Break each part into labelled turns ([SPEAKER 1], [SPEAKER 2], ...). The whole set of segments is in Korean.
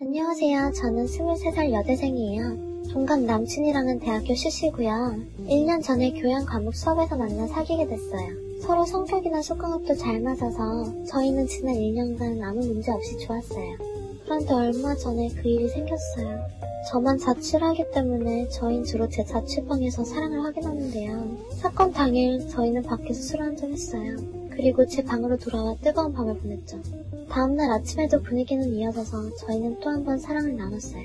[SPEAKER 1] 안녕하세요. 저는 23살 여대생이에요. 동갑 남친이랑은 대학교 CC고요. 1년 전에 교양 과목 수업에서 만나 사귀게 됐어요. 서로 성격이나 속궁합도 잘 맞아서 저희는 지난 1년간 아무 문제 없이 좋았어요. 그런데 얼마 전에 그 일이 생겼어요. 저만 자취를 하기 때문에 저희는 주로 제 자취방에서 사랑을 하긴 하는데요. 사건 당일 저희는 밖에서 술을 한잔 했어요. 그리고 제 방으로 돌아와 뜨거운 밤을 보냈죠. 다음날 아침에도 분위기는 이어져서 저희는 또 한 번 사랑을 나눴어요.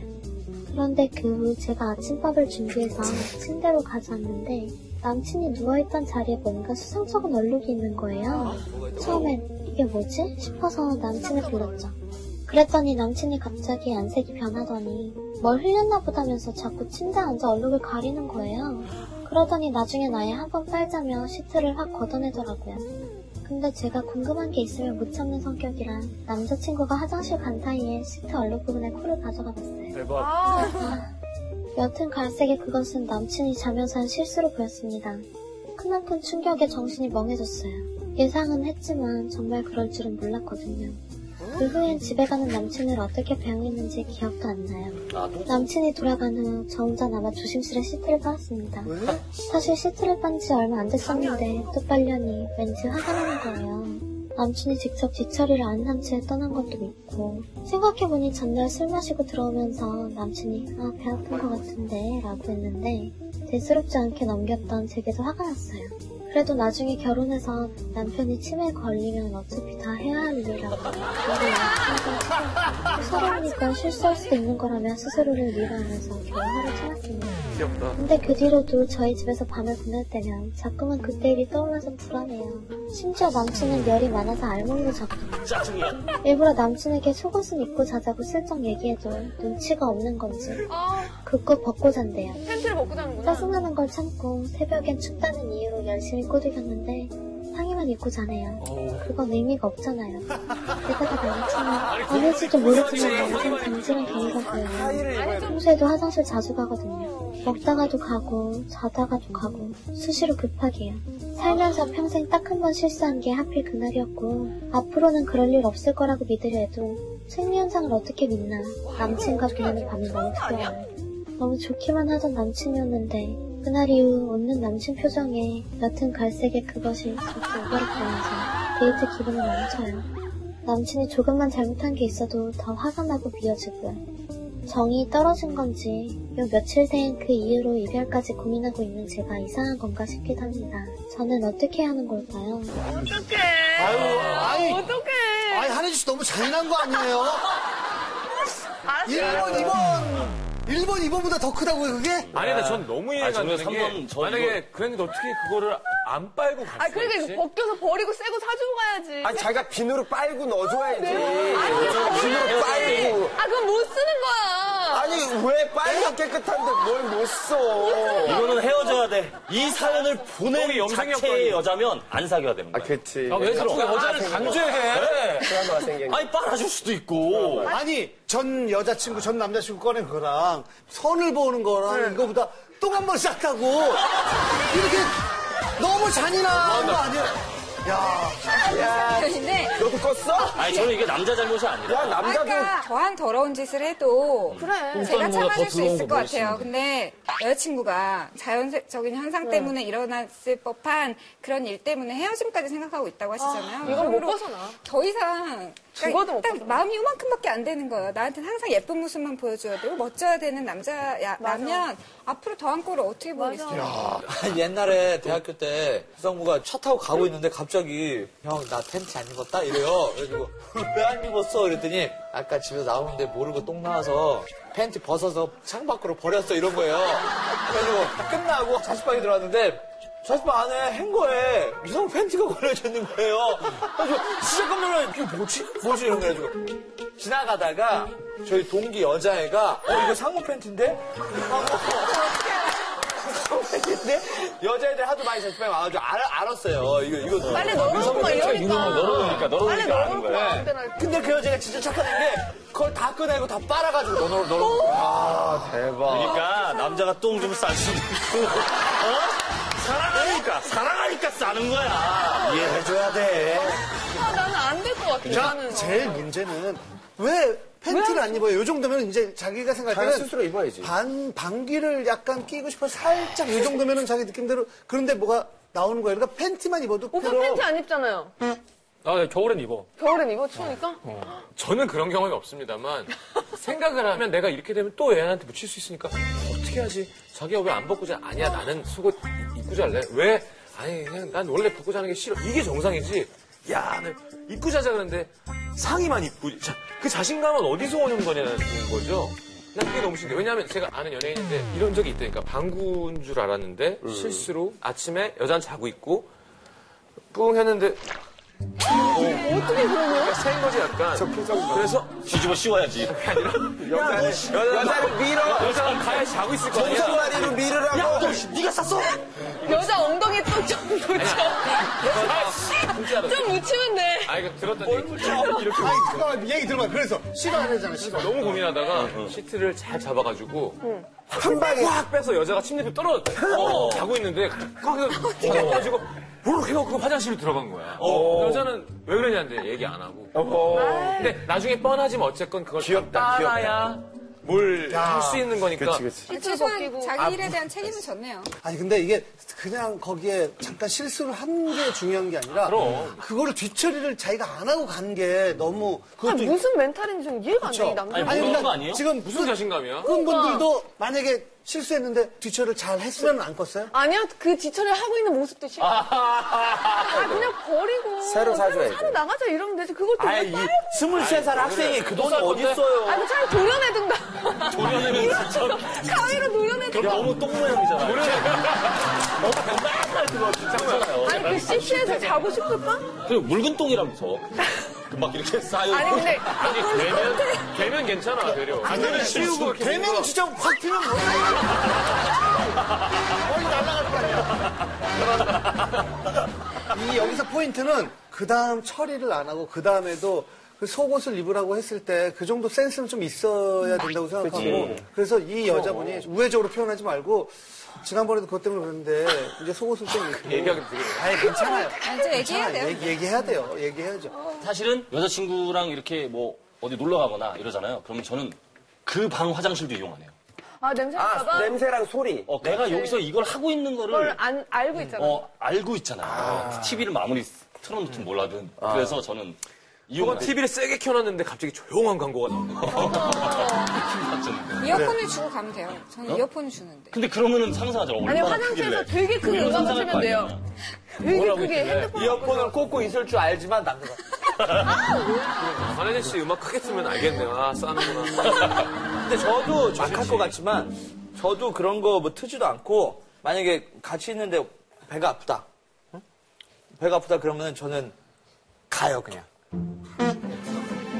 [SPEAKER 1] 그런데 그 후 제가 아침밥을 준비해서 침대로 가져왔는데 남친이 누워있던 자리에 뭔가 수상쩍은 얼룩이 있는 거예요. 처음엔 이게 뭐지? 싶어서 남친을 불렀죠. 그랬더니 남친이 갑자기 안색이 변하더니 뭘 흘렸나 보다면서 자꾸 침대에 앉아 얼룩을 가리는 거예요. 그러더니 나중엔 아예 한 번 빨자며 시트를 확 걷어내더라고요. 근데 제가 궁금한 게 있으면 못 참는 성격이라 남자친구가 화장실 간 사이에 시트 얼룩 부분에 코를 가져가 봤어요.
[SPEAKER 2] 대박.
[SPEAKER 3] 아,
[SPEAKER 1] 여튼 갈색의 그것은 남친이 자면서 한 실수로 보였습니다. 크나큰 충격에 정신이 멍해졌어요. 예상은 했지만 정말 그럴 줄은 몰랐거든요. 그 후엔 집에 가는 남친을 어떻게 배웅했는지 기억도 안 나요.
[SPEAKER 2] 아, 또
[SPEAKER 1] 남친이 돌아간 후 저 혼자 남아 조심스레 시트를 빨았습니다. 사실 시트를 빤 지 얼마 안 됐었는데 또 빨려니 왠지 화가 나는 거예요. 남친이 직접 뒷처리를 안 한 채 떠난 것도 있고 생각해보니 전날 술 마시고 들어오면서 남친이 아 배 아픈 것 같은데 라고 했는데 대수롭지 않게 넘겼던 제게도 화가 났어요. 그래도 나중에 결혼해서 남편이 치매에 걸리면 어차피 다 해야 할 일이라고 서로니까 실수할 수도 있는 거라며 스스로를 위로하면서 결혼 화를 참았습니다.
[SPEAKER 2] 귀엽다.
[SPEAKER 1] 근데 그 뒤로도 저희 집에서 밤을 보낼 때면 자꾸만 그때 일이 떠올라서 불안해요. 심지어 남친은 열이 많아서 알몸으로 자꾸
[SPEAKER 2] 짜증이야.
[SPEAKER 1] 일부러 남친에게 속옷은 입고 자자고 슬쩍 얘기해도 눈치가 없는 건지
[SPEAKER 3] 아,
[SPEAKER 1] 그거 벗고 잔대요.
[SPEAKER 3] 팬티를 벗고 자는구나.
[SPEAKER 1] 짜증나는 걸 참고 새벽엔 춥다는 이유로 열심히 꼬드겼는데 상의만 입고 자네요.
[SPEAKER 2] 어우.
[SPEAKER 1] 그건 의미가 없잖아요. 게다가 남친은 어느지도 모르지만 완전 간지한 경우가 보여요.
[SPEAKER 3] 아니 좀
[SPEAKER 1] 평소에도 화장실 자주 가거든요. 먹다가도 가고 자다가도 가고 수시로 급하게요. 살면서 평생 딱 한 번 실수한 게 하필 그날이었고 앞으로는 그럴 일 없을 거라고 믿으려 해도 생리 현상을 어떻게 믿나 남친과 보내는 밤이 너무 두려워요. 너무 좋기만 하던 남친이었는데 그날 이후 웃는 남친 표정에 옅은 갈색의 그것이 자꾸 오버랩되면서 데이트 기분을 망쳐요. 남친이 조금만 잘못한 게 있어도 더 화가 나고 미어지고요. 정이 떨어진 건지 요 며칠 새인 그 이후로 이별까지 고민하고 있는 제가 이상한 건가 싶기도 합니다. 저는 어떻게 하는 걸까요?
[SPEAKER 3] 어떡해.
[SPEAKER 4] 아유, 아이,
[SPEAKER 3] 어떡해.
[SPEAKER 4] 아이, 한혜주 씨 너무 잔인한 거 아니에요?
[SPEAKER 3] 알았어.
[SPEAKER 4] 1번, 2번. 1번, 2번보다 더 크다고요, 그게?
[SPEAKER 5] 아니, 근데 전 너무 이해가 안
[SPEAKER 2] 저는
[SPEAKER 5] 되는 게
[SPEAKER 2] 삼번, 저
[SPEAKER 5] 만약에 그랬는데 어떻게 그거를 안 빨고
[SPEAKER 3] 아,
[SPEAKER 5] 갔어
[SPEAKER 3] 그러니까 이거 벗겨서 버리고 새거 사주고 가야지.
[SPEAKER 6] 아니 자기가 비누로 빨고 넣어줘야지.
[SPEAKER 3] 네. 아니, 그냥
[SPEAKER 6] 비누로 빨고.
[SPEAKER 3] 아, 그건 못 쓰는 거야.
[SPEAKER 6] 아니 왜
[SPEAKER 4] 네?
[SPEAKER 6] 빨면 깨끗한데 뭘 못 써?
[SPEAKER 7] 이거는 헤어져야 돼. 이 사연을
[SPEAKER 5] 거기
[SPEAKER 7] 보낸
[SPEAKER 5] 영상이
[SPEAKER 7] 자체의
[SPEAKER 5] 없거든요.
[SPEAKER 7] 여자면 안 사귀어야 되는
[SPEAKER 6] 아
[SPEAKER 7] 거야.
[SPEAKER 6] 그치.
[SPEAKER 5] 아, 왜 자꾸 여자를
[SPEAKER 2] 아,
[SPEAKER 5] 강제해? 네.
[SPEAKER 6] 드라마가 생긴 거.
[SPEAKER 7] 아니, 빨아줄 수도 있고.
[SPEAKER 4] 아니, 전 여자친구, 전 남자친구 꺼낸 거랑 선을 보는 거랑
[SPEAKER 6] 네.
[SPEAKER 4] 이거보다 똥 한 번 쌌다고. 이렇게 너무 잔인한 거 아니야? 야,
[SPEAKER 8] 근데
[SPEAKER 6] 너도 껐어?
[SPEAKER 7] 아니, 저는 이게 남자 잘못이 아니라.
[SPEAKER 6] 야 남자도
[SPEAKER 8] 그러니까 저한 더러운 짓을 해도
[SPEAKER 3] 뭐
[SPEAKER 8] 제가 참아줄 수 있을 것 같아요. 근데 여자친구가 자연적인
[SPEAKER 3] 네.
[SPEAKER 8] 현상 때문에 일어났을 법한 그런 일 때문에 헤어짐까지 생각하고 있다고 하시잖아요.
[SPEAKER 3] 이건 못
[SPEAKER 8] 그러므로
[SPEAKER 3] 벗어나.
[SPEAKER 8] 더 이상 그러니까
[SPEAKER 3] 죽어도 못
[SPEAKER 8] 딱
[SPEAKER 3] 벗어나.
[SPEAKER 8] 마음이 이만큼밖에 안 되는 거예요. 나한테 는 항상 예쁜 모습만 보여줘야 되고 멋져야 되는 남자라면 앞으로 더한 꼴을 어떻게 보겠어요?
[SPEAKER 9] 아니, 옛날에 대학교 때 부상무가 차 타고 가고 있는데 갑자기 형 나 팬티 안 입었다 이래요. 그래가지고 왜 안 입었어? 그랬더니 아까 집에서 나오는데 모르고 똥 나와서 팬티 벗어서 창 밖으로 버렸어 이런 거예요. 그래가지고 끝나고 자취방에 들어왔는데 자취방 안에 행거에 이상 팬티가 걸려져 있는 거예요. 그래가지고 진짜 깜짝 놀라 이게 뭐지? 뭐지? 이런 거가지고 지나가다가 저희 동기 여자애가 어 이거 상무 팬티인데? 하고 근데 여자애들 하도 많이 자취방에 와가지고 알, 알았어요. 이거, 이거.
[SPEAKER 3] 빨리 네. 널어놓고 막
[SPEAKER 4] 그렇죠.
[SPEAKER 3] 이러니까.
[SPEAKER 5] 너러니까,
[SPEAKER 3] 빨리
[SPEAKER 5] 너러니까 아는
[SPEAKER 3] 널어놓고 막
[SPEAKER 5] 거야.
[SPEAKER 3] 아무 데나. 이렇게.
[SPEAKER 9] 근데 그 여자가 진짜 착한 게 그걸 다 꺼내고 다 빨아가지고 넣어 넣어. 아,
[SPEAKER 6] 대박.
[SPEAKER 7] 그러니까 남자가 똥 좀 쌀 수도 있고. 어? 사랑하니까, 사랑하니까 싸는 거야.
[SPEAKER 6] 이해해줘야 돼.
[SPEAKER 3] 아, 나는 안 될 것 같아.
[SPEAKER 4] 자,
[SPEAKER 3] 나는.
[SPEAKER 4] 제일 문제는 왜 팬티를 안 입어요? 요 정도면 이제 자기가 생각할
[SPEAKER 6] 자연
[SPEAKER 4] 때는
[SPEAKER 6] 스스로 입어야지.
[SPEAKER 4] 반 방귀를 약간 끼고 싶어 살짝 이 정도면은 자기 느낌대로 그런데 뭐가 나오는 거예요. 그러니까 팬티만 입어도
[SPEAKER 3] 오빠
[SPEAKER 4] 그럼
[SPEAKER 3] 팬티 안 입잖아요.
[SPEAKER 5] 아, 겨울엔 입어.
[SPEAKER 3] 겨울엔 입어 추우니까.
[SPEAKER 5] 저는 그런 경험이 없습니다만 생각을 하면 내가 이렇게 되면 또 애한테 묻힐 수 있으니까 어떻게 하지? 자기야 왜 안 벗고 자? 아니야 나는 속옷 입고 잘래. 왜? 아니 그냥 난 원래 벗고 자는 게 싫어. 이게 정상이지. 야, 나 입고 자자 그러는데 상의만 입고 자. 그 자신감은 어디서 오는 거냐는 거죠. 난 그게 너무 신기해. 왜냐하면 제가 아는 연예인인데 이런 적이 있다니까 방구인 줄 알았는데 실수로 아침에 여잔 자고 있고 뿡 했는데
[SPEAKER 3] 어떻게 그러냐?
[SPEAKER 5] 그러니까 센 거지 약간. 그래서
[SPEAKER 7] 뒤집어 씌워야지.
[SPEAKER 6] 여자를, 여자를 밀어.
[SPEAKER 5] 여자가 가야 자고 있을 거 아니야.
[SPEAKER 6] 손잡마리로 밀으라고.
[SPEAKER 7] 네가 쌌어?
[SPEAKER 3] 여자 엉덩이 또좀 묻혀. 좀 묻히면 돼.
[SPEAKER 5] 아, 이거 들었다 얘기. 이렇게
[SPEAKER 4] 아니 잠깐만 얘기 들어봐. 그래서 시도 안 하잖아. 시도.
[SPEAKER 5] 너무 고민하다가 시트를 잘 잡아가지고
[SPEAKER 6] 한 방에.
[SPEAKER 5] 꽉 빼서 여자가 침대 밑에 떨어졌어. 자고 있는데 어. 꽉
[SPEAKER 6] 어.
[SPEAKER 5] 잡아가지고 부르륵 해갖고 화장실로 들어간 거야. 여자는 왜 그러냐는데 얘기 안 하고. 근데 나중에 뻔하지만 어쨌건 그걸
[SPEAKER 6] 어. 귀엽다,
[SPEAKER 5] 따라야 뭘 할 수 있는 거니까.
[SPEAKER 6] 그치, 그치.
[SPEAKER 8] 최소한
[SPEAKER 3] 아,
[SPEAKER 8] 자기 일에 대한 책임은 졌네요.
[SPEAKER 4] 아니 근데 이게 그냥 거기에 잠깐 실수를 한 게 중요한 게 아니라
[SPEAKER 5] 그럼.
[SPEAKER 4] 그거를 뒤처리를 자기가 안 하고 간 게 너무
[SPEAKER 3] 아,
[SPEAKER 4] 그것도
[SPEAKER 3] 무슨 멘탈인지 좀 이해가 안 돼, 이 남자.
[SPEAKER 7] 아니,
[SPEAKER 4] 그러니까
[SPEAKER 7] 거 아니에요?
[SPEAKER 4] 지금
[SPEAKER 5] 무슨 자신감이야?
[SPEAKER 4] 팬분들도 만약에 실수했는데 뒤처리를 잘 했으면 안 껐어요?
[SPEAKER 3] 아니야, 그 뒤처리 하고 있는 모습도 싫어. 아, 그냥 버리고.
[SPEAKER 6] 새로 사줘야 돼.
[SPEAKER 3] 새로 나가자 이러면 되지. 그걸
[SPEAKER 7] 아,
[SPEAKER 3] 되게
[SPEAKER 7] 이
[SPEAKER 3] 빨리.
[SPEAKER 7] 23살 학생이 그 돈이 어딨어요.
[SPEAKER 3] 아니, 그 차라리 도려내든가.
[SPEAKER 7] 도련이면 진짜
[SPEAKER 3] 가위로 도려내든가.
[SPEAKER 7] 너무 똥모양이잖아.
[SPEAKER 3] 아니, 그 CC에서 자고 싶을까?
[SPEAKER 7] 그 묽은 똥이라면서. 그막 이렇게 쌓여.
[SPEAKER 3] 아니, 근데.
[SPEAKER 5] 아니, 되면, 되면 괜찮아, 되려. 안 되면 치우고 이렇게.
[SPEAKER 4] 대면 진짜 확 튀면 뭐야? 거의 날아갈 거 아니야.
[SPEAKER 9] 그러니까.
[SPEAKER 4] 이 여기서 포인트는 그 다음 처리를 안 하고 그 다음에도 그 속옷을 입으라고 했을 때 그 정도 센스는 좀 있어야 된다고 생각하고 그래서이 여자분이 우회적으로 표현하지 말고 지난번에도 그것 때문에 그랬는데 이제 속옷을 좀
[SPEAKER 9] 그
[SPEAKER 4] 입고
[SPEAKER 5] 얘기하기 되게.
[SPEAKER 4] 아니 괜찮아요.
[SPEAKER 8] 아니, 좀 얘기해야 돼요.
[SPEAKER 4] 얘기, 얘기해야 돼요. 얘기해야죠.
[SPEAKER 7] 사실은 여자친구랑 이렇게 뭐 어디 놀러 가거나 이러잖아요. 그러면 저는 그 방 화장실도 이용하네요.
[SPEAKER 3] 아, 냄새
[SPEAKER 6] 아,
[SPEAKER 3] 나봐.
[SPEAKER 6] 냄새랑 소리.
[SPEAKER 7] 어, 내가 여기서 이걸 하고 있는 거를
[SPEAKER 3] 그걸 안, 알고 있잖아.
[SPEAKER 7] 어, 알고 있잖아. TV를 아무리 틀어놓든 몰라든. 그래서 저는
[SPEAKER 5] 이건
[SPEAKER 7] 이용하는
[SPEAKER 5] TV를 세게 켜놨는데 갑자기 조용한 광고가 나오는 거야.
[SPEAKER 8] 이어폰을 주고 가면 돼요. 저는 이어폰을 주는데.
[SPEAKER 7] 근데 그러면은 상상하죠.
[SPEAKER 3] 아니,
[SPEAKER 7] 얼마나
[SPEAKER 3] 화장실에서
[SPEAKER 7] 크길래.
[SPEAKER 3] 되게 큰 음악 하시면 돼요. 되게 크게 핸드폰.
[SPEAKER 9] 이어폰을 꽂고 있을 줄 알지만 남자
[SPEAKER 5] 관혜진 아, 씨 음악 크게 틀면 알겠네. 아, 싸는구나.
[SPEAKER 9] 근데 저도 막할 것 같지만 저도 그런 거 뭐 트지도 않고 만약에 같이 있는데 배가 아프다. 응? 배가 아프다 그러면 저는 가요 그냥.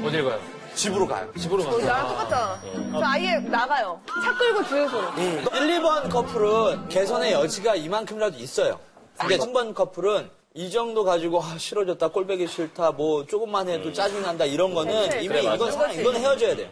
[SPEAKER 5] 어딜 가요?
[SPEAKER 9] 집으로 가요.
[SPEAKER 5] 집으로 가요.
[SPEAKER 3] 나랑 똑같잖아.
[SPEAKER 7] 어.
[SPEAKER 3] 저 아예 나가요. 차 끌고 주유소로.
[SPEAKER 9] 1, 음. 2번 커플은 개선의 여지가 이만큼이라도 있어요. 근데 3번 커플은 이 정도 가지고 아, 싫어졌다, 꼴배기 싫다, 뭐 조금만 해도 짜증난다 이런 거는 이미
[SPEAKER 5] 네, 그래, 맞아.
[SPEAKER 9] 이건, 상- 이건 헤어져야 돼요.